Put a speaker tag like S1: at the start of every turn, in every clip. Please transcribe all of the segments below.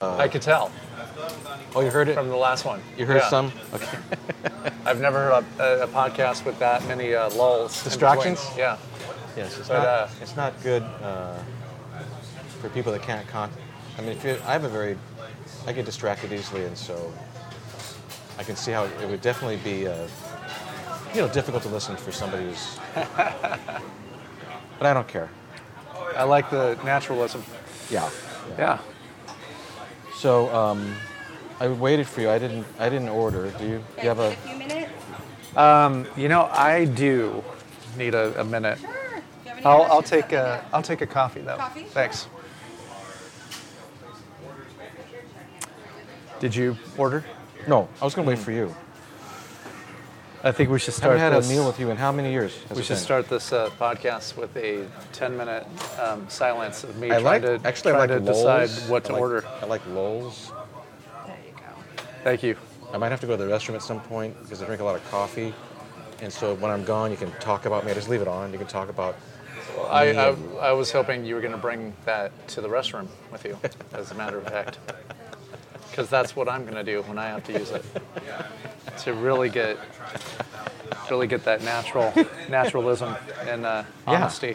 S1: I could tell
S2: Oh, you heard it?
S1: from the last one.
S2: You heard
S1: Yeah.
S2: some? Okay.
S1: I've never heard a, a podcast with that many uh, lulls. in between.
S2: Distractions?
S1: Yeah.
S2: Yes, it's
S1: But,
S2: not,
S1: uh,
S2: it's not good uh, for people that can't con. I mean, if you, I have a very, I get distracted easily, and so I can see how it, would definitely be, uh, you know, difficult to listen for somebody who's. but I don't care.
S1: I like the naturalism.
S2: Yeah.
S1: Yeah.
S2: So um, I waited for you. I didn't. I didn't order. Do you? Do you have a?
S3: few minutes?
S1: You know, I do need a, a minute.
S3: Sure. Do you have any
S1: I'll, I'll
S3: questions?
S1: take a I'll take a coffee though.
S3: Coffee?
S1: Thanks. Did you order?
S2: No. I was going
S1: Hmm.
S2: to wait for you.
S1: I think we should
S2: I
S1: start
S2: haven't had
S1: this.
S2: a meal with you in how many years? has
S1: we
S2: it
S1: should
S2: been?
S1: start this uh, podcast with a 10-minute um, silence of me
S2: I
S1: trying
S2: like
S1: to
S2: actually. I
S1: trying
S2: like
S1: to
S2: Lowell's.
S1: decide what to
S2: I like-
S1: order.
S2: I like Lowell's.
S3: There you go.
S1: Thank you.
S2: I might have to go to the restroom at some point because I drink a lot of coffee, and so when I'm gone, you can talk about me. I just leave it on. You can talk about.
S1: I, I, I was hoping you were going to bring that to the restroom with you, as a matter of fact. Because that's what I'm going to do when I have to use it. To really get, really get that natural, naturalism and uh,
S2: Yeah.
S1: honesty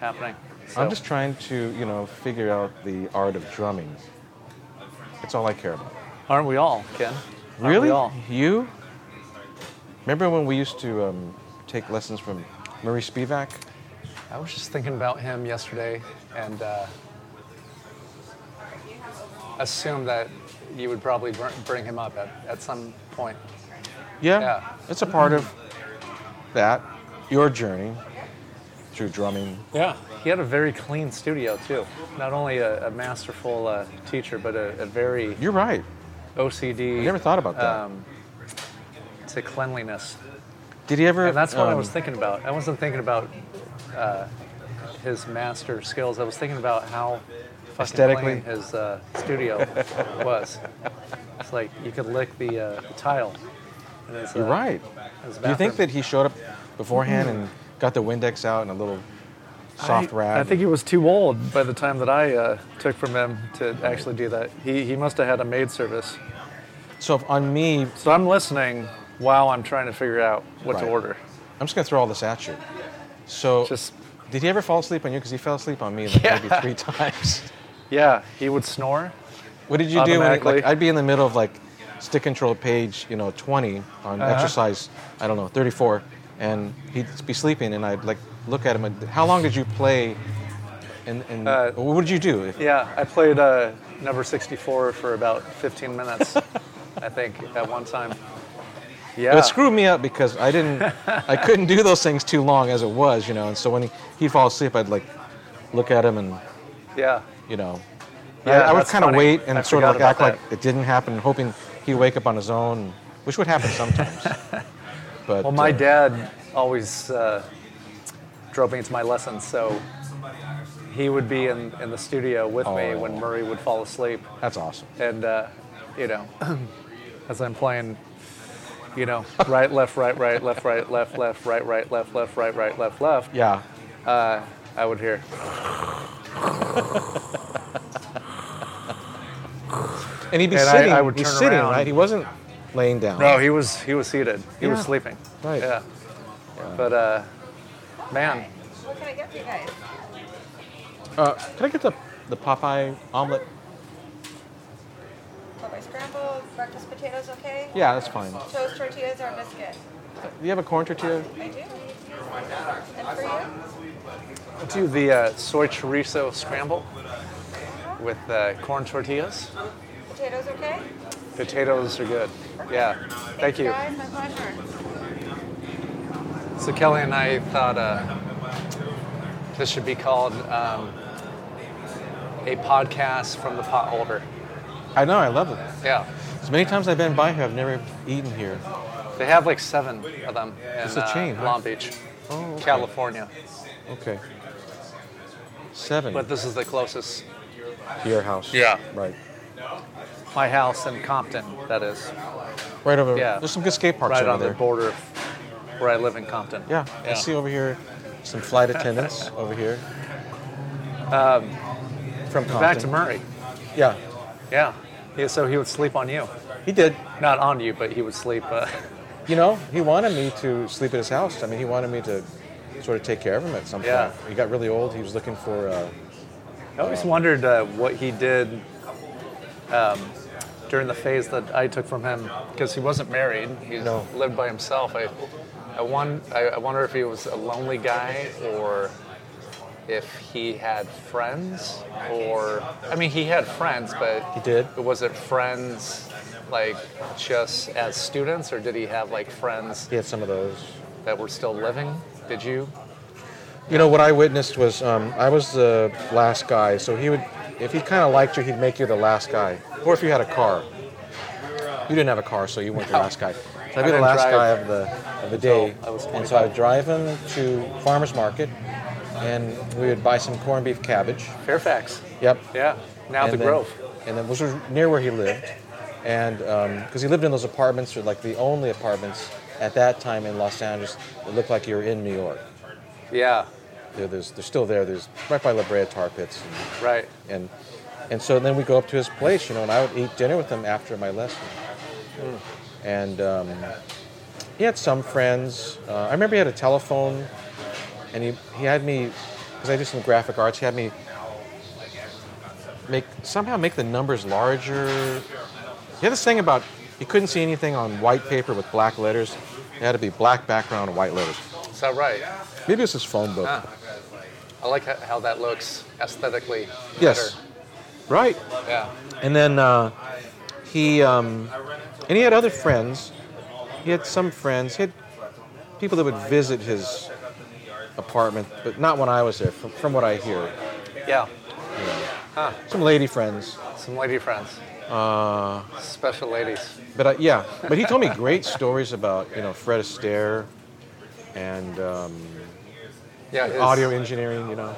S1: happening.
S2: I'm
S1: So,
S2: just trying to, you know, figure out the art of drumming. That's all I care about.
S1: aren't we all, Ken? Aren't
S2: Really?
S1: We all?
S2: You? Remember when we used to um, take lessons from Murray Spivak?
S1: I was just thinking about him yesterday, and uh, assumed that you would probably br- bring him up at, at some point.
S2: Yeah.
S1: Yeah.
S2: It's a part of that, your journey through drumming.
S1: Yeah, he had a very clean studio too. Not only a, a masterful uh, teacher, but a, a very
S2: You're right.
S1: OCD.
S2: I never thought about that.
S1: Um, to cleanliness,
S2: Did he ever?
S1: and that's what I
S2: um,
S1: was thinking about. I wasn't thinking about uh, his master skills. I was thinking about how fucking
S2: Aesthetically?
S1: clean his uh, studio was. It's like you could lick the, uh, the tile. in his,
S2: You're
S1: uh,
S2: right.
S1: his
S2: Do you think
S1: bathroom.
S2: that he showed up beforehand and got the Windex out and a little soft
S1: I,
S2: rag?
S1: I think he was too old by the time that I uh, took from him to actually do that. He, he must have had a maid service.
S2: so. If on me, I'm
S1: So I'm listening while I'm trying to figure out what to
S2: Right.
S1: order.
S2: just gonna throw all this at you. So,
S1: Just-
S2: did he ever fall asleep on you? Because he fell asleep on me like maybe
S1: Yeah.
S2: three times.
S1: Yeah, he would snore.
S2: What did you do? When, it- like,
S1: Automatically.
S2: I'd be in the middle of like stick control page, you know, 20 on
S1: Uh-huh.
S2: exercise. I don't know, 34, and he'd be sleeping, and I'd like look at him. And, How long did you play? And, and
S1: Uh,
S2: what did you do? If,
S1: Yeah, I played uh, number 64 for about 15 minutes, I think, at one time. Yeah.
S2: But it screwed me up because I didn't, I couldn't do those things too long as it was, you know. And so when he, he'd fall asleep, I'd like look at him and,
S1: Yeah.
S2: you know,
S1: Yeah,
S2: I, I would
S1: that's
S2: kind of
S1: funny.
S2: wait and
S1: I
S2: sort of like
S1: forgot
S2: act
S1: about
S2: like it didn't happen, hoping he'd wake up on his own, which would happen sometimes. but
S1: Well, my
S2: uh,
S1: dad always uh, drove me into my lessons, so he would be in, in the studio with me
S2: Oh.
S1: when Murray would fall asleep.
S2: that's awesome.
S1: And, uh, you know, as I'm playing, you know, right, left, right, right, left, right, left, left, right, right, left, left, right, right, left, left,
S2: Yeah,
S1: I would hear.
S2: and he'd be
S1: And I-
S2: sitting.
S1: I would
S2: he's
S1: turn
S2: sitting,
S1: around.
S2: right? He wasn't laying down.
S1: No, "Oh, he was he was seated. He was
S2: Yeah.
S1: sleeping.
S2: Right.
S1: Yeah. But uh, man,
S3: What can I get for you guys?
S2: Uh, can I get the the Popeye omelet?
S3: Popeye scrambled, breakfast potatoes, okay?
S2: Yeah, that's fine.
S3: Toast tortillas or biscuit?
S2: Do you have a corn tortilla?
S3: I do. And for you?
S1: I'll do the uh, soy chorizo scramble with uh, corn tortillas.
S3: Potatoes, okay?
S1: Potatoes are good. Yeah. Thank you.
S3: Guys, my pleasure.
S1: So Kelly and I thought uh, this should be called um, a podcast from the pot holder.
S2: I know, I love it.
S1: Yeah.
S2: As many times I've been by here, I've never eaten here.
S1: They have like seven of them in
S2: It's a chain,
S1: uh,
S2: huh?
S1: Long Beach,
S2: Oh, okay.
S1: California.
S2: Okay. Seven.
S1: But this is the closest.
S2: To your house.
S1: Yeah.
S2: Right.
S1: My house in Compton, that is.
S2: Right over.
S1: Yeah.
S2: There's some good skate parks
S1: right
S2: over
S1: on
S2: there.
S1: the border of where I live in Compton.
S2: Yeah. I see over here some flight attendants over here. Um, from Compton.
S1: Back to Murray.
S2: Yeah.
S1: Yeah. yeah. So he would sleep on you.
S2: He did.
S1: Not on you, but he would sleep. Uh,
S2: You know, he wanted me to sleep at his house. I mean, he wanted me to sort of take care of him at some point.
S1: Yeah.
S2: He got really old. He was looking for. Uh,
S1: I always wondered uh, what he did um, during the phase that I took from him because he wasn't married. He
S2: No.
S1: lived by himself. I, I, won- I, I wonder if he was a lonely guy or if he had friends or I mean he had friends, but
S2: He did.
S1: Was it friends like just as students or did he have like friends
S2: he had some of those.
S1: that were still living? Did you?
S2: You know what I witnessed was um, I was the last guy. So he would, if he kind of liked you, he'd make you the last guy. Or if you had a car, you didn't have a car, so you weren't the last guy. So I'd be the
S1: didn't
S2: last
S1: drive
S2: guy of the of the day,
S1: I was
S2: and so I'd drive him to farmers market, and we would buy some corned beef cabbage.
S1: Fairfax.
S2: Yep.
S1: Yeah. Now the
S2: then-
S1: Grove.
S2: And then, which was near where he lived. And because he lived in those apartments, or like the only apartments at that time in Los Angeles, that looked like you were in New York.
S1: Yeah.
S2: They're, there's, they're still there. There's right by La Brea Tar Pits.
S1: Right.
S2: And, and, and so then we go up to his place, you know, and I would eat dinner with him after my lesson. And um, he had some friends. Uh, I remember he had a telephone, and he, he had me, because I do some graphic arts, he had me make somehow make the numbers larger. He had this thing about you couldn't see anything on white paper with black letters. It had to be black background and white letters.
S1: Is that right?
S2: Maybe it was his phone book.
S1: Ah. I like ho- how that looks aesthetically.
S2: yes. Right.
S1: better. Yeah.
S2: And then uh, he um, and he had other friends. He had some friends. He had people that would visit his apartment, but not when I was there. From, from what I hear,
S1: Yeah.
S2: some lady friends.
S1: Some lady friends.
S2: Uh,
S1: Special ladies.
S2: but I, yeah, but he told me great stories about you know Fred Astaire and um,
S1: Yeah. His,
S2: audio engineering. You know,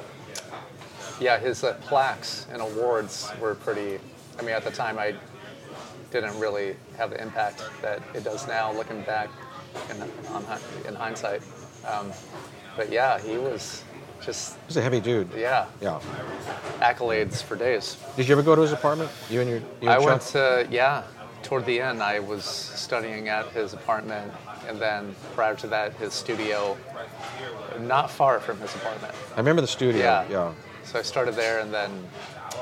S1: Yeah, his uh, plaques and awards were pretty. I mean, at the time, I didn't really have the impact that it does now, looking back in, on, hi- in hindsight. Um, but yeah, he was just
S2: he's a heavy dude.
S1: yeah
S2: Yeah.
S1: accolades for days.
S2: Did you ever go to his apartment? You and your you and
S1: I
S2: Chuck?
S1: went to yeah. Toward the end, I was studying at his apartment, and then prior to that, his studio, not far from his apartment.
S2: I remember the studio.
S1: Yeah.
S2: yeah.
S1: So I started there, and then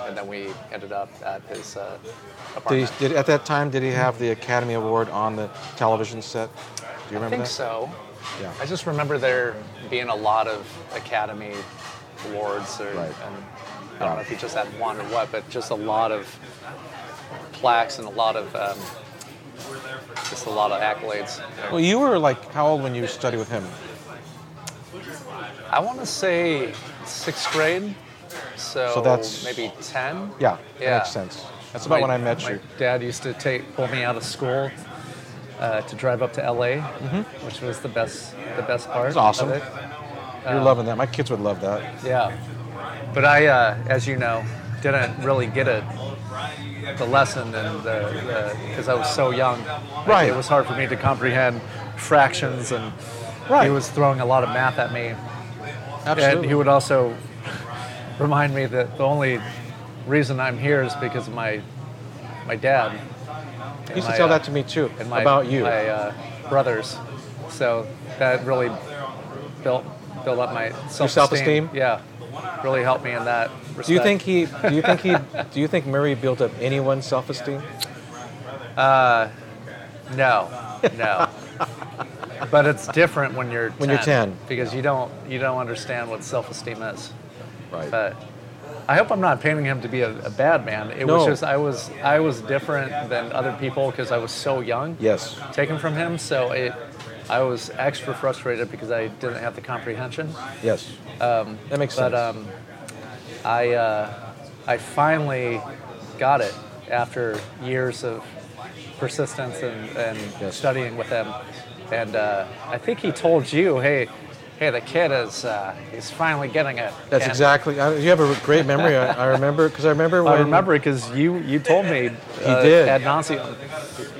S1: and then we ended up at his uh,
S2: Did
S1: apartment.
S2: he, did, at that time, did he have the Academy Award on the television set? Do you remember
S1: I think
S2: that?
S1: so.
S2: Yeah.
S1: I just remember there being a lot of Academy awards, or
S2: Right.
S1: and I don't know if he just had one or what, but just a lot of plaques and a lot of um, just a lot of accolades.
S2: Well, you were like how old when you studied with him?
S1: I want to say sixth grade, so,
S2: So that's-
S1: maybe ten.
S2: Yeah,
S1: Yeah.
S2: that makes sense. That's about when I met
S1: my
S2: you.
S1: Dad used to take pull me out of school uh, to drive up to LA, which was the best the best part.
S2: Mm-hmm. That's awesome.
S1: of it.
S2: You're
S1: um,
S2: loving that. My kids would love that.
S1: Yeah, but I, uh, as you know, didn't really get it the lesson and because I was so young.
S2: Right.
S1: it was hard for me to comprehend fractions and.
S2: Right.
S1: He was throwing a lot of math at me, and
S2: Absolutely.
S1: he would also remind me that the only reason I'm here is because of my my dad.
S2: He used to
S1: my,
S2: tell
S1: uh,
S2: that to me too
S1: and my,
S2: about you.
S1: my uh, brothers. So that really built built up my self-esteem.
S2: self-esteem?
S1: Yeah, really helped me in that. Respect.
S2: do you think he? Do you think he? do you think Murray built up anyone's self-esteem?
S1: No, no. but it's different when you're
S2: When you're 10.
S1: because you don't you don't understand what self-esteem is.
S2: Right.
S1: But I hope I'm not painting him to be a, a bad man. It was
S2: No.
S1: just I was I was different than other people because I was so young.
S2: yes.
S1: taken from him. So it, I was extra frustrated because I didn't have the comprehension.
S2: Yes. that makes sense.
S1: But um, I, uh, I finally got it after years of persistence and, and
S2: Yes.
S1: studying with him. And uh, I think he told you, hey, hey, the kid is uh, he's finally getting it.
S2: That's
S1: And
S2: exactly. I, you have a great memory. I, I remember because I remember when
S1: I remember because you you told me uh,
S2: did.
S1: ad nauseum.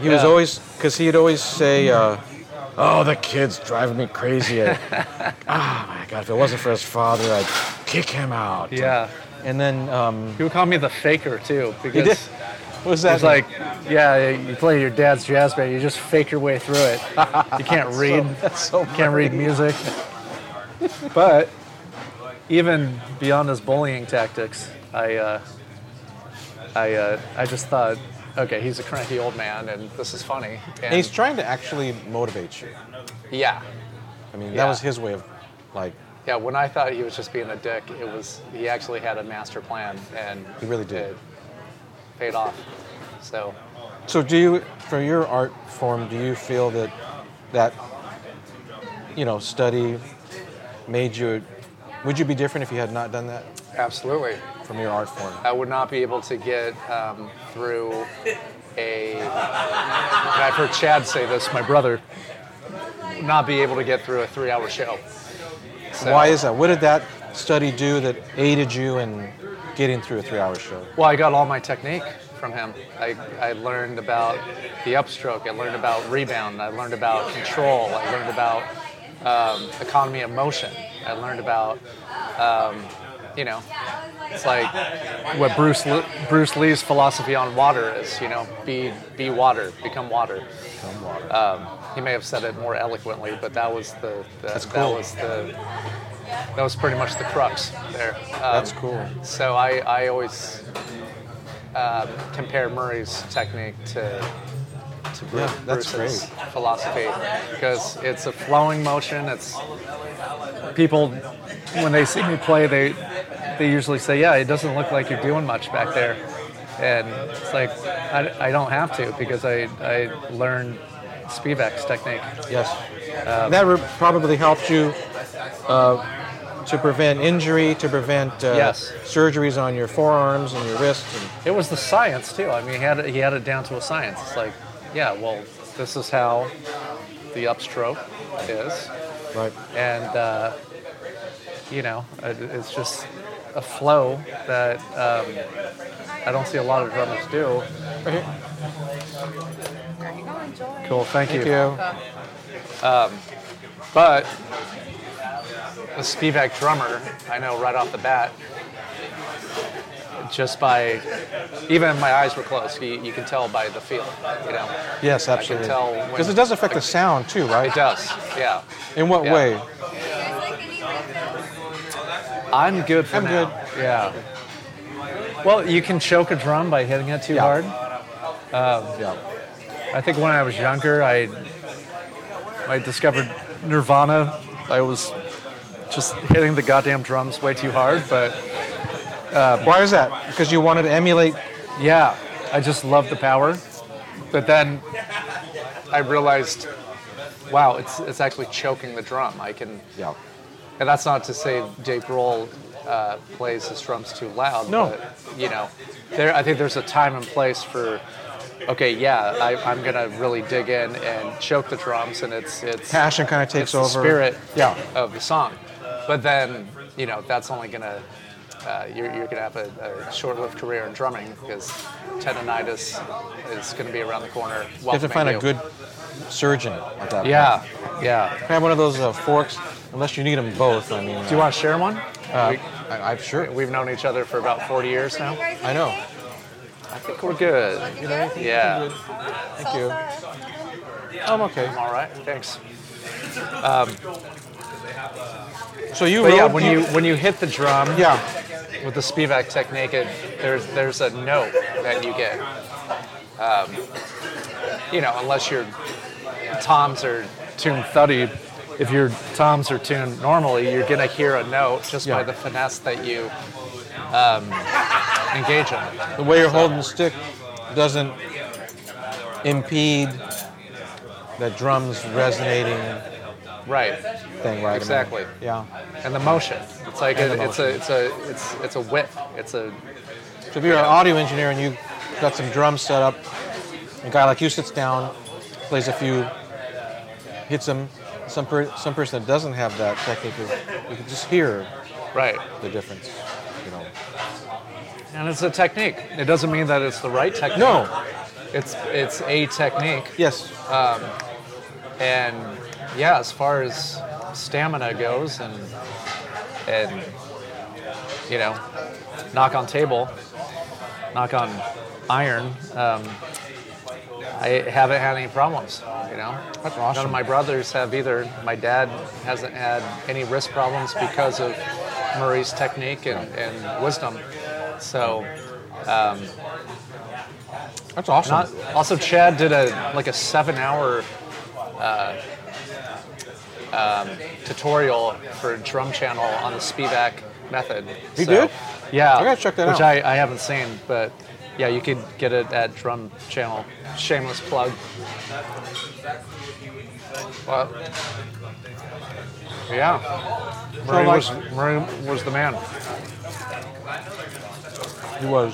S2: He was
S1: Yeah.
S2: always because he'd always say, uh, "Oh, the kid's driving me crazy." I- Ah, my God! If it wasn't for his father, I'd kick him out.
S1: Yeah.
S2: And then um,
S1: You would call me the faker too because
S2: did. What was that?
S1: It's like, yeah, you play your dad's jazz band. You just fake your way through it. You can't read.
S2: that's so
S1: can't read music. but even beyond his bullying tactics, I, uh, I, uh, I just thought, okay, he's a cranky old man, and this is funny. And,
S2: and he's trying to actually motivate you.
S1: yeah,
S2: I mean,
S1: Yeah.
S2: that was his way of, like,
S1: yeah. When I thought he was just being a dick, it was he actually had a master plan, and
S2: He really did.
S1: it paid off. So
S2: So do you, for your art form, do you feel that that you know study made you? Would you be different if you had not done that
S1: absolutely.
S2: from your art form?
S1: I would not be able to get um, through a. and I've heard Chad say this, my brother, not be able to get through a three hour show. So-
S2: Why is that? What did that study do that aided you in getting through a three-hour show?
S1: Well, I got all my technique from him. I, I learned about the upstroke, I learned about rebound, I learned about control, I learned about um, economy of motion, I learned about, um, you know, it's like what Bruce, Lu- Bruce Lee's philosophy on water is, you know, be, be water, become water. Um, he may have said it more eloquently, but that was the, the
S2: That's
S1: that
S2: cool.
S1: was the that was pretty much the crux there. Um,
S2: That's cool.
S1: So I, I always um, compare Murray's technique to to Bru-
S2: Yeah, that's
S1: Bruce's philosophy because it's a flowing motion. It's people when they see me play, they they usually say, "Yeah, it doesn't look like you're doing much back there," and it's like I, I don't have to because I I learned Spivak's technique.
S2: Yes,
S1: Um,
S2: that re- probably helped you uh, to prevent injury, to prevent uh,
S1: Yes.
S2: surgeries on your forearms and your wrists. And,
S1: It was the science too. I mean, he had it, he had it down to a science. It's like, yeah, well, this is how the upstroke is,
S2: right.
S1: and uh, you know, it, it's just a flow that um, I don't see a lot of drummers do.
S3: Go enjoy.
S1: Cool, thank,
S2: Thank
S1: you.
S2: you.
S1: But the Spivak drummer, I know right off the bat, just by even my eyes were closed. He, you can tell by the feel, you know.
S2: Yes, absolutely.
S1: tell when-
S2: Because it does affect the sound too, right?
S1: It does, yeah.
S2: In what
S1: Yeah.
S2: way?
S1: I'm good for
S2: I'm
S1: now.
S2: good.
S1: Yeah. Well, you can choke a drum by hitting it too
S2: Yeah.
S1: hard.
S2: Yeah.
S1: I think when I was younger, I I discovered Nirvana. I was just hitting the goddamn drums way too hard, but
S2: Why is that? Because you wanted to emulate.
S1: yeah, I just love the power. But then I realized, wow, it's it's actually choking the drum. I can,
S2: Yeah.
S1: and that's not to say Dave Grohl uh, plays his drums too loud.
S2: No.
S1: but, you know, there. I think there's a time and place for. Okay, yeah, I, I'm gonna really dig in and choke the drums, and it's it's
S2: Passion kind of takes
S1: it's the
S2: over.
S1: spirit
S2: Yeah.
S1: of the song. But then, you know, that's only gonna uh, you're, you're gonna have a, a short-lived career in drumming because tendonitis is gonna be around the corner.
S2: You have to find a good surgeon at that
S1: Yeah, yeah.
S2: point. Have one of those uh, forks, unless you need them both. I mean,
S1: Do you want to share one?
S2: uh, I, I'm sure.
S1: we, have known each other for about 40 years now.
S2: I know.
S1: I think we're good.
S3: You good?
S1: Yeah,
S2: Thank you.
S3: Salsa.
S2: I'm okay.
S1: I'm all right. Thanks.
S2: So you
S1: But
S2: wrote.
S1: yeah, when you when you hit the drum
S2: Yeah.
S1: with the Spivak technique, it, there's there's a note that you get. Um, you know, unless your toms are tuned thuddy, if your toms are tuned normally, you're gonna hear a note just by
S2: Yeah.
S1: the finesse that you um, engage in.
S2: The way you're holding the stick doesn't impede that drums resonating
S1: Right.
S2: thing, right? I mean,
S1: Exactly.
S2: yeah.
S1: And the motion. It's like
S2: And
S1: a,
S2: the
S1: it's a it's a it's it's a whip. It's a
S2: So if you're an audio engineer and you got some drums set up, a guy like you sits down, plays a few, hits them. Some per, some person that doesn't have that technique, is, you can just hear
S1: right.
S2: the difference. You know.
S1: And it's a technique. It doesn't mean that it's the right technique.
S2: No.
S1: It's it's a technique.
S2: Yes.
S1: And yeah, as far as stamina goes, and and you know, knock on table, knock on iron, um, I haven't had any problems. You know,
S2: That's
S1: none
S2: awesome.
S1: of my brothers have either. My dad hasn't had any wrist problems because of Murray's technique and, and wisdom. So
S2: That's awesome.
S1: not, also, Chad did a like a seven-hour uh, um, tutorial for drum channel on the Spivak method.
S2: He
S1: So,
S2: did?
S1: Yeah,
S2: I gotta check that
S1: which
S2: out.
S1: I, I haven't seen, but yeah, you could get it at Drum Channel. Shameless plug. Well, yeah, Murray
S2: like-
S1: was Murray was the man.
S2: He was.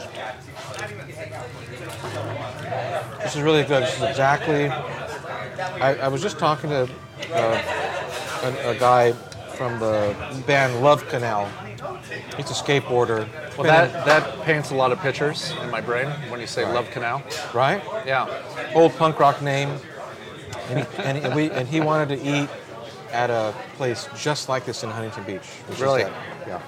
S2: This is really good. This is exactly. I, I was just talking to uh, a, a guy from the band Love Canal. He's a skateboarder.
S1: Well, that that paints a lot of pictures in my brain when you say Love Canal.
S2: right?
S1: Yeah.
S2: Old punk rock name. And he, and, and we, and he wanted to eat at a place just like this in Huntington Beach. which is
S1: Really?
S2: that- yeah.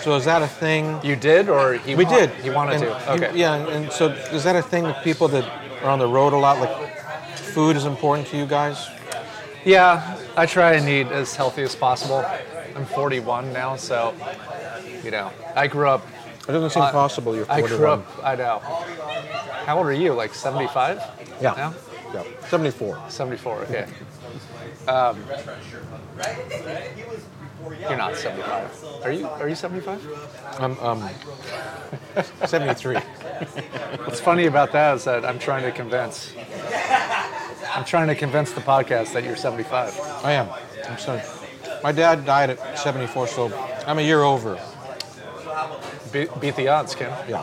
S2: So is that a thing?
S1: You did, or he
S2: We
S1: wa-
S2: did.
S1: He wanted
S2: And
S1: to.
S2: you-
S1: Okay.
S2: yeah, and, and so is that a thing with people that are on the road a lot? Like, food is important to you guys?
S1: Yeah, I try and eat as healthy as possible. I'm 41 now, so you know, I grew up.
S2: It doesn't seem
S1: I-
S2: possible. You're
S1: I
S2: 41.
S1: grew up. I know. How old are you? Like 75?
S2: Yeah.
S1: now?
S2: Yeah. 74.
S1: 74. Okay. Um, you're not 75. Are you? Are you 75?
S2: I'm um, 73.
S1: What's funny about that is that I'm trying to convince. I'm trying to convince the podcast that you're 75.
S2: I am. I'm sorry. My dad died at 74, so I'm a year over.
S1: Be- beat the odds, Kim.
S2: Yeah.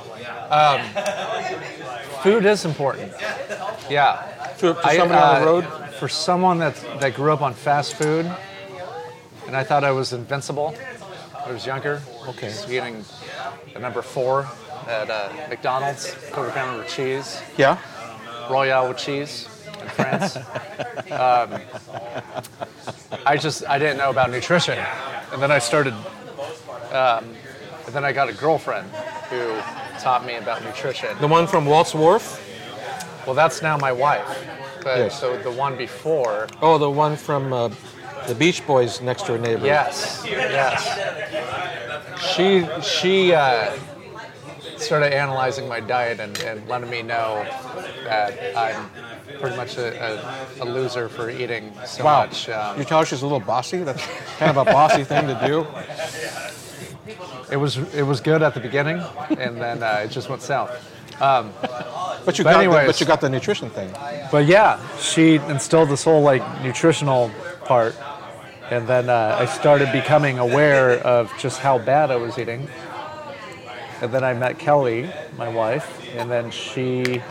S1: Food is important. Yeah.
S2: To, to
S1: I,
S2: somebody on the
S1: uh,
S2: road?
S1: For someone that that grew up on fast food, and I thought I was invincible. I was younger.
S2: Okay.
S1: Just eating the number four at uh, McDonald's, quarter pounder with cheese,
S2: Yeah.
S1: Royale with cheese in France. um, I just I didn't know about nutrition, and then I started. Um, and then I got a girlfriend who taught me about nutrition.
S2: The one from Waltz Wharf?
S1: Well, that's now my wife. But
S2: Yes.
S1: so the one before
S2: Oh, the one from uh, the Beach Boys next door neighbor.
S1: Yes, yes. She she uh, started analyzing my diet and, and letting me know that I'm pretty much a, a, a loser for eating so
S2: Wow.
S1: much. Um,
S2: You tell her she's a little bossy? That's kind of a bossy thing to do.
S1: it was it was good at the beginning, and then uh, it just went south.
S2: But you,
S1: But
S2: got the,
S1: anyways.
S2: but you got the nutrition thing.
S1: But yeah, she instilled this whole like nutritional part, and then uh, I started becoming aware of just how bad I was eating. And then I met Kelly, my wife, and then she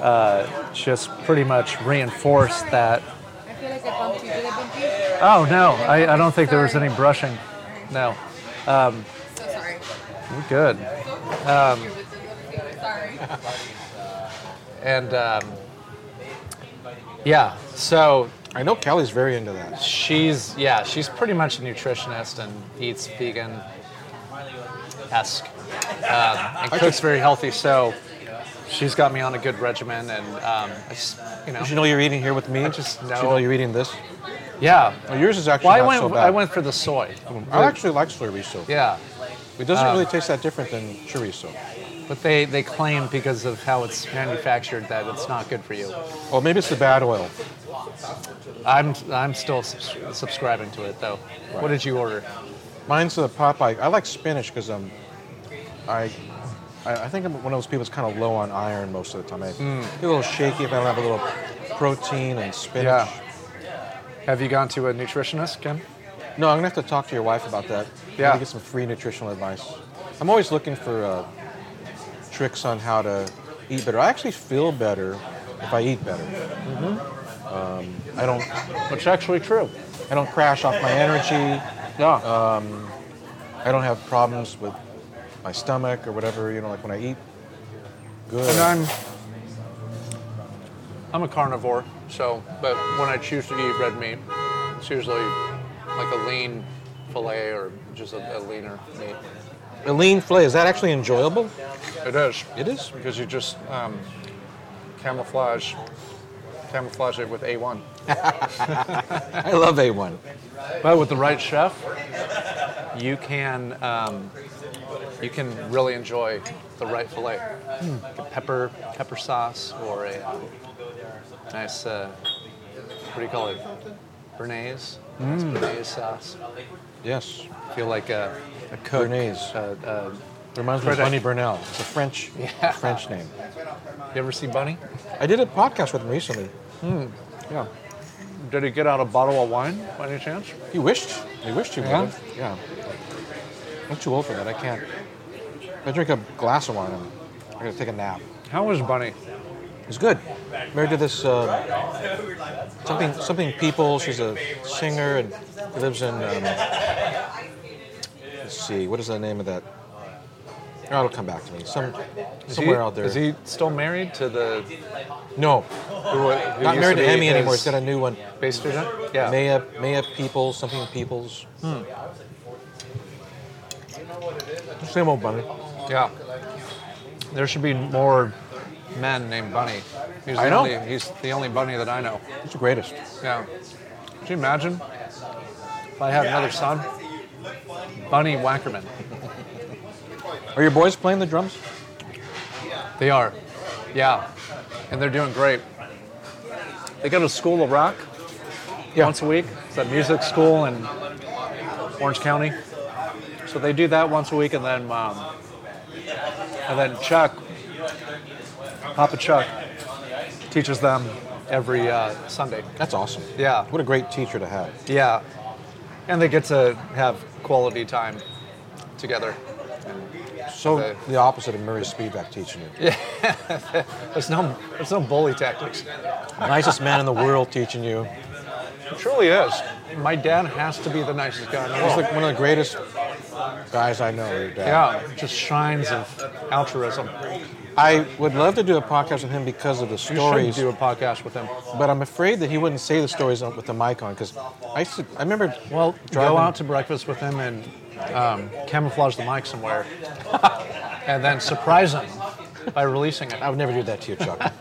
S1: uh, just pretty much reinforced that.
S3: I feel like I bumped you. Did I bump you?
S1: Oh no, I, I don't think there was any brushing. No,
S3: So sorry.
S1: we're good. Um,
S3: Sorry.
S1: And um, yeah, so
S2: I know Kelly's very into that.
S1: She's yeah, she's pretty much a nutritionist and eats vegan esque um, and cooks very healthy. So she's got me on a good regimen, and um, I just you know
S2: Did you know you're eating here with me?
S1: I just
S2: Did you
S1: know.
S2: know you're eating this?
S1: yeah.
S2: Oh, yours is actually
S1: Well, I
S2: not
S1: went
S2: so bad.
S1: I went for the soy.
S2: I actually like soybean soup.
S1: Yeah,
S2: It
S1: Ah.
S2: doesn't really taste that different than chorizo.
S1: but they they claim because of how it's manufactured that it's not good for you.
S2: Or Oh, maybe it's the bad oil.
S1: I'm I'm still subs- subscribing to it though. What did you order?
S2: Mine's the Popeye. I like spinach because um, I, I I think I'm one of those people that's kind of low on iron most of the time. I
S1: Hmm.
S2: get a little shaky if I don't have a little protein and spinach.
S1: Have you gone to a nutritionist, Kim?
S2: No, I'm gonna have to talk to your wife about that.
S1: Yeah.
S2: Maybe get some free nutritional advice. I'm always looking for uh, tricks on how to eat better. I actually feel better if I eat better. Um, I don't
S1: Which actually true. Uh,
S2: I don't crash off my energy.
S1: Yeah.
S2: I don't have problems with my stomach or whatever. You know, like when I eat good.
S1: And I'm I'm a carnivore, so but when I choose to eat red meat, it's usually like a lean fillet or just a, a leaner meat.
S2: a lean filet, is that actually enjoyable?
S1: It is.
S2: It is.
S1: Because you just um, camouflage camouflage it with A1.
S2: I love A1.
S1: But with the right chef, you can um, you can really enjoy the right fillet. Like a pepper pepper sauce or a uh, nice uh, what do you call it? Bernaise. Nice
S2: Mm.
S1: Bernaise sauce.
S2: Yes.
S1: feel like a, a cook.
S2: Bernaise.
S1: Uh, uh,
S2: Reminds me of
S1: Critic.
S2: Bunny Burnell. It's a French
S1: Yeah.
S2: French name.
S1: you ever see Bunny?
S2: I did a podcast with him recently.
S1: Yeah. Did he get out a bottle of wine by any chance?
S2: He wished. He wished he would.
S1: Yeah?
S2: have. Yeah. I'm too old for that. I can't. I drink a glass of wine. I'm, I'm gonna take a nap.
S1: How was Bunny?
S2: It's good. Married to this uh, something something people. She's a singer and lives in. Um, let's see. What is the name of that? Oh, it'll come back to me. Some
S1: Is
S2: somewhere
S1: he,
S2: out there.
S1: Is he still married to the
S2: no,
S1: who, wa- who
S2: not
S1: used
S2: married to
S1: be
S2: Emmy anymore.
S1: his
S2: He's got a new one.
S1: bass student? Yeah. Hmm.
S2: Maya Maya Peoples, something Peoples. Same old bunny.
S1: Yeah. There should be more men named Bunny. He's
S2: I
S1: the
S2: know.
S1: Only, he's the only Bunny that I know.
S2: It's the greatest.
S1: Yeah. Could you imagine if I had another son? Bunny Wackerman.
S2: Are your boys playing the drums?
S1: They are. Yeah. And they're doing great. They go to School of Rock
S2: Yeah.
S1: once a week. It's a music school in Orange County. So they do that once a week, and then um, and then Chuck, Papa Chuck, teaches them every uh, Sunday.
S2: That's awesome.
S1: Yeah.
S2: What a great teacher to have.
S1: Yeah, and they get to have quality time together.
S2: So
S1: Okay.
S2: the opposite of Murray Speedback teaching you.
S1: There's no there's no bully tactics.
S2: Nicest man in the world teaching you.
S1: It truly is. My dad has to be the nicest guy in the
S2: He's
S1: world.
S2: like one of the greatest guys I know. Your dad.
S1: Yeah, just shines of altruism.
S2: I would love to do a podcast with him because of the
S1: You should
S2: stories,
S1: do a podcast with him.
S2: but I'm afraid that he wouldn't say the stories on- with the mic on because I used to, I remember
S1: Well,
S2: driving-
S1: go out to breakfast with him and um, camouflage the mic somewhere, and then surprise him by releasing it.
S2: I would never do that to you, Chuck.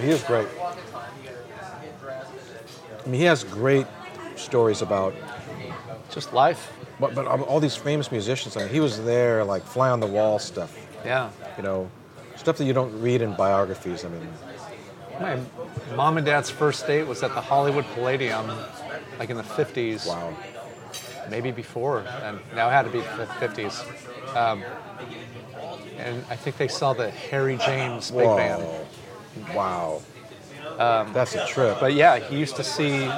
S2: he is great. I mean, he has great stories about
S1: Just life.
S2: But, but all these famous musicians, I mean, he was there, like fly on the wall stuff,
S1: Yeah.
S2: you know, stuff that you don't read in biographies. I mean,
S1: My mom and dad's first date was at the Hollywood Palladium, like in the 50s,
S2: wow.
S1: maybe before, and now it had to be the 50s. Um, and I think they saw the Harry James Big
S2: Whoa.
S1: Band.
S2: Wow. That's a trip.
S1: But yeah, he used to see.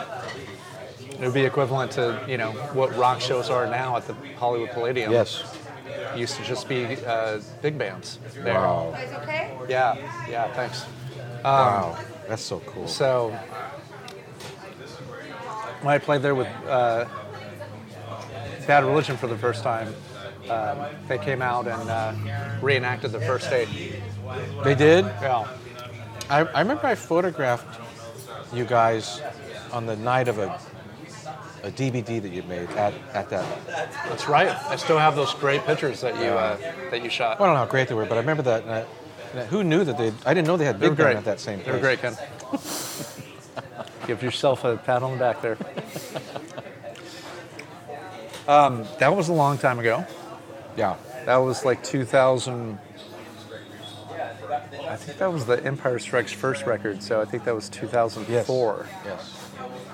S1: It would be equivalent to you know what rock shows are now at the Hollywood Palladium.
S2: yes.
S1: It used to just be uh, big bands there. Um,
S2: Wow.
S3: Guys, okay?
S1: Yeah, yeah. Thanks.
S2: Wow. That's so cool.
S1: So when I played there with uh, Bad Religion for the first time, um, they came out and uh, reenacted the first date.
S2: They did.
S1: Yeah.
S2: I, I remember I photographed you guys on the night of a, a DVD that you made at, at that.
S1: That's right. I still have those great pictures that you uh, that you shot.
S2: I don't know how great they were, but I remember that. And I, and I- who knew that they? I didn't know they had
S1: They were
S2: Big Band
S1: great.
S2: at that same place.
S1: They were great, Ken. Give yourself a pat on the back there. um, that was a long time ago.
S2: Yeah.
S1: That was like 2000. I think that was the Empire Strikes first record, so I think that was 2004.
S2: Yes.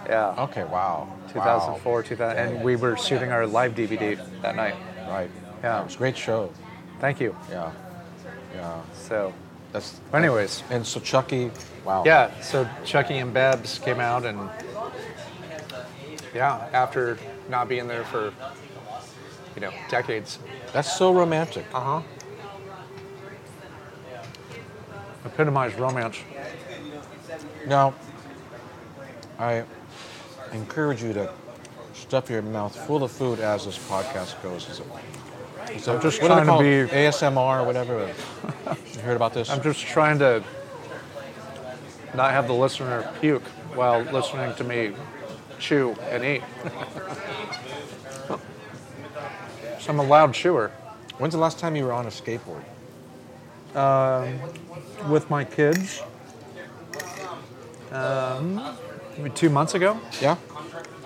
S1: Yeah,
S2: Okay. Wow.
S1: 2004, 2000, and we were shooting our live DVD that night.
S2: Wow. Right.
S1: Yeah.
S2: It was a great show.
S1: Thank you.
S2: Yeah. Yeah.
S1: So,
S2: That's.
S1: anyways,
S2: And so Chucky. Wow.
S1: yeah. So Chucky and Babs came out, and yeah, after not being there for you know decades.
S2: That's so romantic.
S1: Uh huh. Epitomized romance.
S2: Now, I encourage you to stuff your mouth full of food as this podcast goes. Is it? So
S1: just
S2: what do they
S1: trying to
S2: call
S1: be-
S2: it? ASMR or whatever. you heard about this?
S1: I'm just trying to not have the listener puke while listening to me chew and eat. I'm a loud chewer.
S2: When's the last time you were on a skateboard?
S1: With my kids, um, maybe two months ago.
S2: Yeah.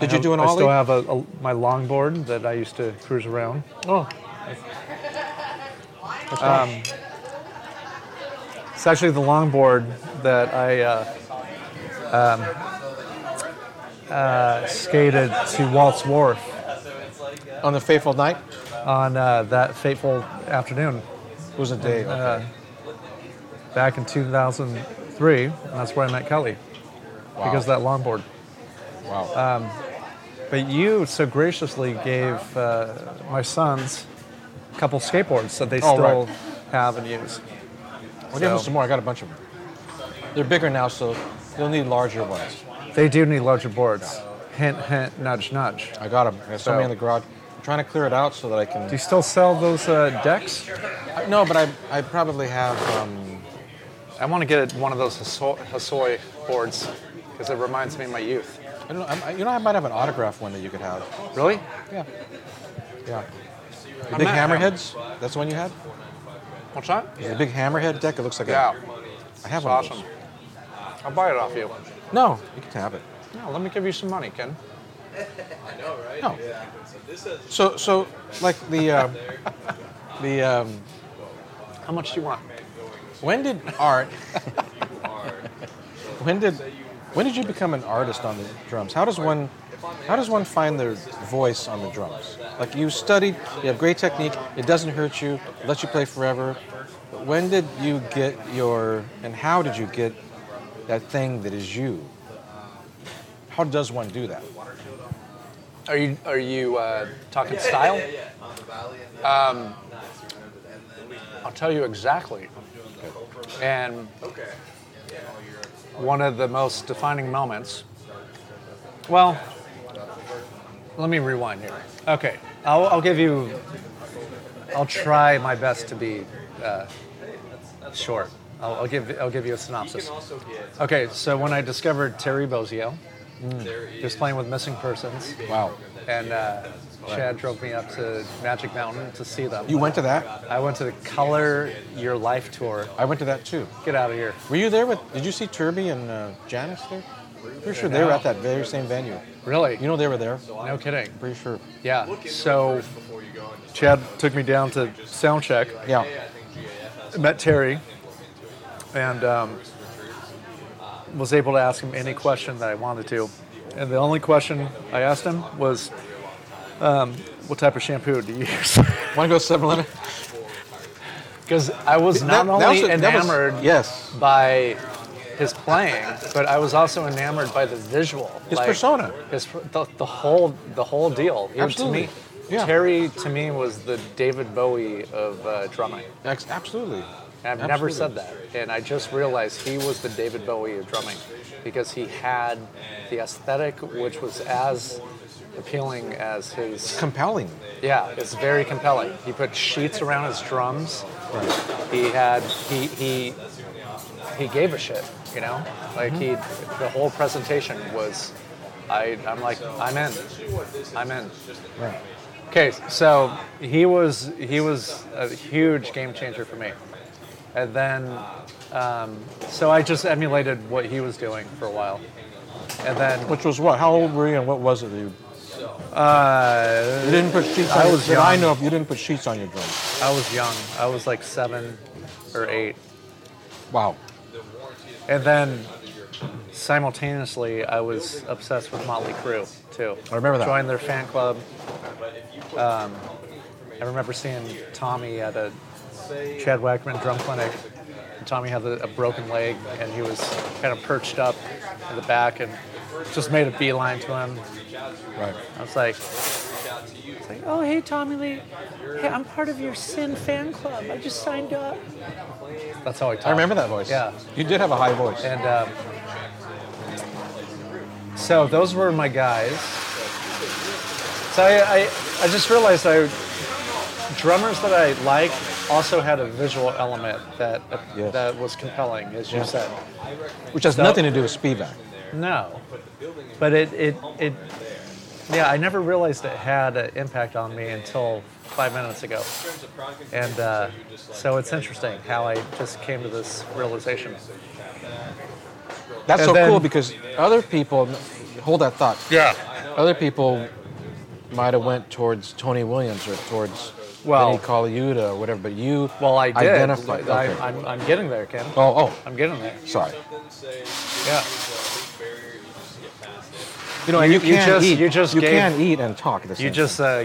S2: Did
S1: I
S2: you do an
S1: have- I
S2: ollie?
S1: still have a, a, my longboard that I used to cruise around.
S2: oh.
S1: Um, It's actually the longboard that I uh, um, uh, skated to Waltz Wharf
S2: On the fateful night?
S1: on uh, that fateful afternoon uh,
S2: It was a day. Okay.
S1: back in 2003. And that's where I met Kelly
S2: wow.
S1: because of that longboard. Um,
S2: Wow.
S1: But you so graciously gave uh, my sons a couple skateboards that they
S2: Oh,
S1: still
S2: right.
S1: have and use.
S2: I'll give them
S1: so-
S2: some more. I got a bunch of them. They're bigger now, so you'll need larger ones.
S1: They do need larger boards. Hint, hint, nudge, nudge.
S2: I got them. I got so many
S1: So-
S2: in the garage. I'm trying to clear it out so that I
S1: Do you
S2: can.
S1: still sell those uh, decks?
S2: I- No, but I, I probably have. Um,
S1: I want to get one of those Hasso- Hasoi boards because it reminds me of my youth.
S2: I don't know. I'm, I- you know, I might have an autograph one that you could have.
S1: Really?
S2: Yeah. Yeah. The
S1: I'm
S2: big
S1: not- I'm-
S2: hammerheads. That's the one you had.
S1: What's that?
S2: The big hammerhead deck. It looks like
S1: Yeah,
S2: a. I have
S1: it's
S2: one. of those.
S1: awesome. I'll buy it off you.
S2: No, you can have it.
S1: No, let me give you some money, Ken.
S2: No. So so like the uh, the um,
S1: How much do you want?
S2: when did art? when did when did you become an artist on the drums? How does one how does one find their voice on the drums? Like you studied, you have great technique. It doesn't hurt you. It lets you play forever. But when did you get your and how did you get that thing that is you? How does one do that?
S1: Are you are you uh, talking style? Um, I'll tell you exactly. And one of the most defining moments. Well, let me rewind here. Okay, I'll, I'll give you. I'll try my best to be uh, short. I'll, I'll give I'll give you a synopsis. Okay, so when I discovered Terry Bozzio, he was playing with Missing Persons
S2: Wow.
S1: and uh, Chad drove me up to Magic Mountain to see them.
S2: You went to that?
S1: I went to the Color Your Life tour.
S2: I went to that too.
S1: Get out of here.
S2: Were you there with? Did you see Turby and uh, Janice there? Pretty sure they were at that very same venue.
S1: Really?
S2: You know they were there.
S1: no kidding.
S2: Pretty sure.
S1: Yeah. So Chad took me down to sound check.
S2: Yeah.
S1: met Terry, and um, was able to ask him any question that I wanted to. And the only question I asked him was, um, "What type of shampoo do you use?"
S2: Want to go 7 Eleven?
S1: Because I was not only enamored
S2: yes.
S1: by his playing, but I was also enamored by the visual,
S2: His persona.
S1: his the, the whole the whole deal. It was-
S2: Absolutely.
S1: To me,
S2: Yeah.
S1: Terry to me was the David Bowie of uh, drumming.
S2: Ex- absolutely.
S1: And I've never said that, and I just realized he was the David Bowie of drumming because he had the aesthetic, which was as appealing as his
S2: Compelling.
S1: yeah, it's very compelling. He put sheets around his drums. He had he he he gave a shit, you know. Like he, the whole presentation was, I I'm like I'm in, I'm in.
S2: Right.
S1: Okay, so he was he was a huge game changer for me, and then um, so I just emulated what he was doing for a while, and then
S2: Which was what? How old were you and what was it? that You,
S1: uh,
S2: you didn't put sheets
S1: I
S2: on
S1: was
S2: your, that I
S1: young.
S2: know of, you didn't put sheets on your drums.
S1: I was young. I was like seven or eight.
S2: Wow.
S1: And then simultaneously, I was obsessed with Motley Crue too.
S2: I remember that.
S1: Joined their fan club. Um, I remember seeing Tommy at a Chad Wackman drum clinic. Tommy had a, a broken leg, and he was kind of perched up in the back, and just made a beeline to him.
S2: Right.
S1: I was like, it's like, oh hey Tommy Lee, hey I'm part of your Sin fan club. I just signed up. That's how I talked.
S2: I remember that voice.
S1: Yeah.
S2: You did have a high voice.
S1: And um, so those were my guys. So I, I, I just realized I drummers that I like also had a visual element that
S2: Yes.
S1: that was compelling, as you
S2: Yeah.
S1: said.
S2: Which has
S1: So-
S2: nothing to do with Spivak.
S1: No, but it it, it Yeah, I never realized it had an impact on me until five minutes ago. And uh, so it's interesting how I just came to this realization.
S2: That's
S1: And
S2: so
S1: then-
S2: cool because other people hold that thought.
S1: Yeah.
S2: Other people might have went towards Tony Williams or towards
S1: Well-
S2: Vinny Colaiuta or whatever, but you
S1: Well, I did.
S2: identify.
S1: I,
S2: okay.
S1: I'm, I'm getting there, Ken.
S2: oh, oh,
S1: I'm getting there.
S2: sorry.
S1: Yeah.
S2: You know, and you,
S1: You- you
S2: can
S1: just-
S2: eat.
S1: you just gave-
S2: can eat and talk. at the
S1: You
S2: same
S1: just uh,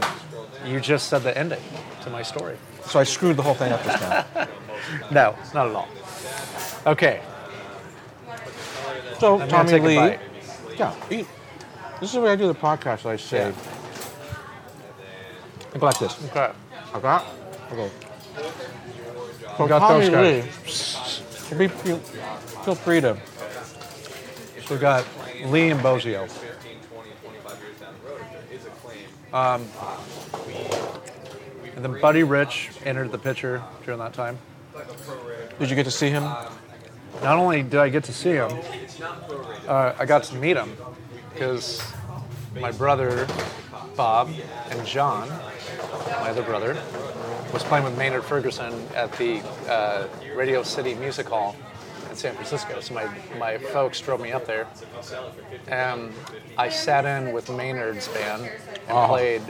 S1: you just said the ending to my story.
S2: time. So I screwed the whole thing up just now.
S1: No, not at all. Okay,
S2: So
S1: I'm
S2: Tommy
S1: gonna take
S2: Lee.
S1: a bite.
S2: Yeah. Eat. This is the way I do the podcast. I say. I go like this.
S1: Okay.
S2: I got. I go. So
S1: got
S2: Tommy
S1: those guys.
S2: Lee, be- feel feel free to.
S1: So we got Lee and Bozio. Um, and then Buddy Rich entered the picture during that time.
S2: Did you get to see him?
S1: Not only did I get to see him, uh, I got to meet him because my brother Bob and John, my other brother, was playing with Maynard Ferguson at the uh, Radio City Music Hall in San Francisco. So my, my folks drove me up there. And I sat in with Maynard's band and
S2: Oh.
S1: played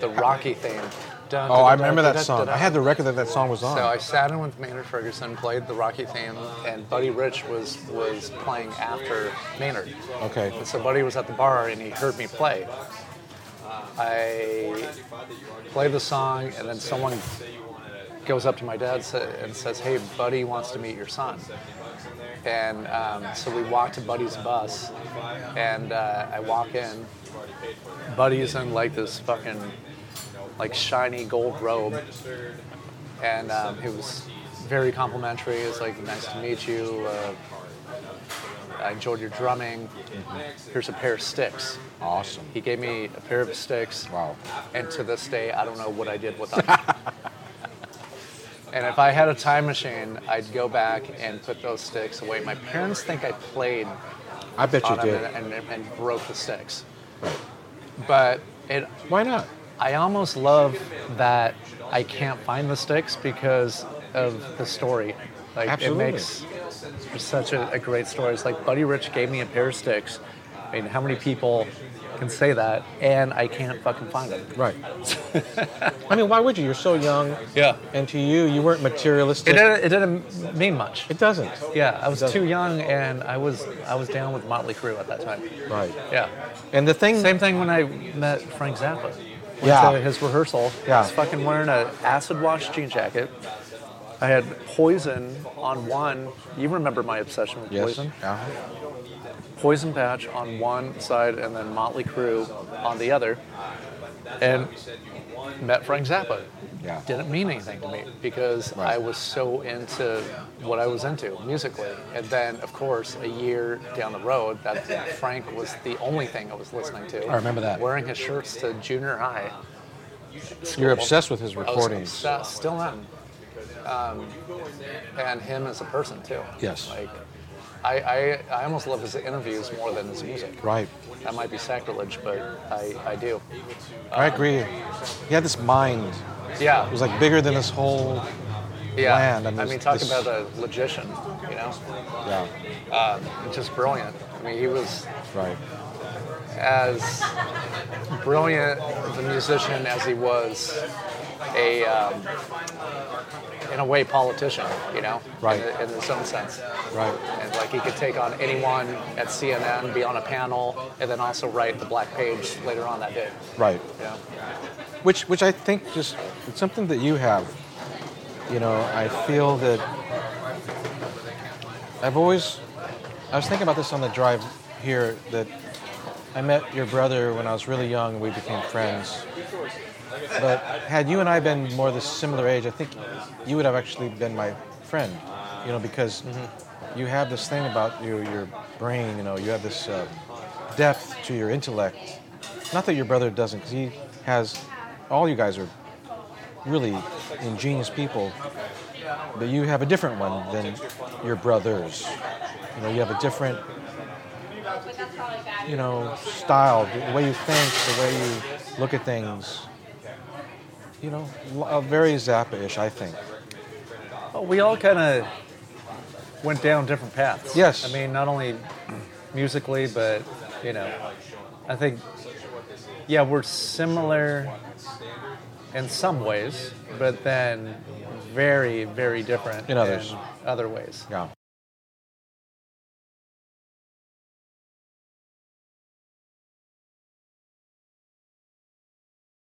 S1: the Rocky theme. Dun,
S2: Oh, I
S1: dun, dun,
S2: remember that
S1: dun,
S2: song.
S1: dun,
S2: I
S1: dun.
S2: had the record that that song was on.
S1: So I sat in with Maynard Ferguson, played the Rocky theme, and Buddy Rich was was playing after Maynard.
S2: okay.
S1: And so Buddy was at the bar and he heard me play. I played the song, and then someone goes up to my dad sa- and says, "Hey, Buddy wants to meet your son." And um, so we walk to Buddy's bus, and uh, I walk in. Buddy's in like this fucking like shiny gold robe, and um, he was very complimentary. It's like nice to meet you. Uh, I enjoyed your drumming. Here's a pair of sticks.
S2: Awesome.
S1: He gave me a pair of sticks.
S2: Wow.
S1: And to this day, I don't know what I did with them. and if I had a time machine, I'd go back and put those sticks away. My parents think I played
S2: I bet you
S1: on them
S2: did.
S1: and, and, and broke the sticks. But it,
S2: Why not?
S1: I almost love that I can't find the sticks because of the story. Like
S2: Absolutely.
S1: it makes such a, a great story. It's like Buddy Rich gave me a pair of sticks. I mean, how many people can say that? And I can't fucking find them.
S2: Right. I mean, why would you? You're so young,
S1: Yeah.
S2: and to you, you weren't
S1: It
S2: materialistic.
S1: didn't, it didn't mean much.
S2: It doesn't.
S1: Yeah, I was too young, and I was I was down with Motley Crue at that time.
S2: Right.
S1: Yeah.
S2: And the thing. uh,
S1: Same thing when I met Frank Zappa. Went
S2: Yeah.
S1: To his rehearsal.
S2: Yeah.
S1: I was fucking wearing an acid wash jean jacket. I had Poison on one. You remember my obsession with
S2: Yes.
S1: Poison?
S2: Uh-huh.
S1: Poison patch on one side and then Motley Crue on the other. And met Frank Zappa.
S2: Yeah.
S1: Didn't mean anything to me because
S2: Right.
S1: I was so into what I was into musically. And then, of course, a year down the road, that Frank was the only thing I was listening to.
S2: I remember that.
S1: Wearing his shirts to junior high.
S2: You're obsessed with his
S1: I was
S2: recordings.
S1: obsessed, still am. Um, and him as a person too.
S2: Yes.
S1: Like, I, I, I almost love his interviews more than his music.
S2: Right.
S1: That might be sacrilege, but I, I do.
S2: I agree. He had this mind.
S1: Yeah.
S2: It was like bigger than this whole.
S1: yeah.
S2: bland. I
S1: I
S2: mean,
S1: mean,
S2: it's-
S1: talk
S2: this-
S1: about a logician, you know?
S2: Yeah.
S1: It's just brilliant. I mean, he was
S2: Right.
S1: as brilliant of a musician as he was a, um, in a way, politician, you know?
S2: Right.
S1: In, in his own sense.
S2: Right.
S1: And like he could take on anyone at CNN, be on a panel, and then also write the black page later on that day.
S2: Right.
S1: Yeah.
S2: Which, which I think just it's something that you have. You know, I feel that I've always. I was thinking about this on the drive here that I met your brother when I was really young and we became friends. But had you and I been more the similar age, I think you would have actually been my friend. You know, because you have this thing about you, your brain. You know, you have this uh, depth to your intellect. Not that your brother doesn't, 'cause he has. All you guys are really ingenious people, but you have a different one than your brothers. You know, you have a different you know, style, the way you think, the way you look at things. You know, l- uh, very Zappa-ish, I think.
S4: Well, we all kind of went down different paths.
S2: Yes.
S4: I mean, not only musically, but, you know, I think, yeah, we're similar in some ways, but then very, very different
S2: In others.
S4: other ways.
S2: Yeah.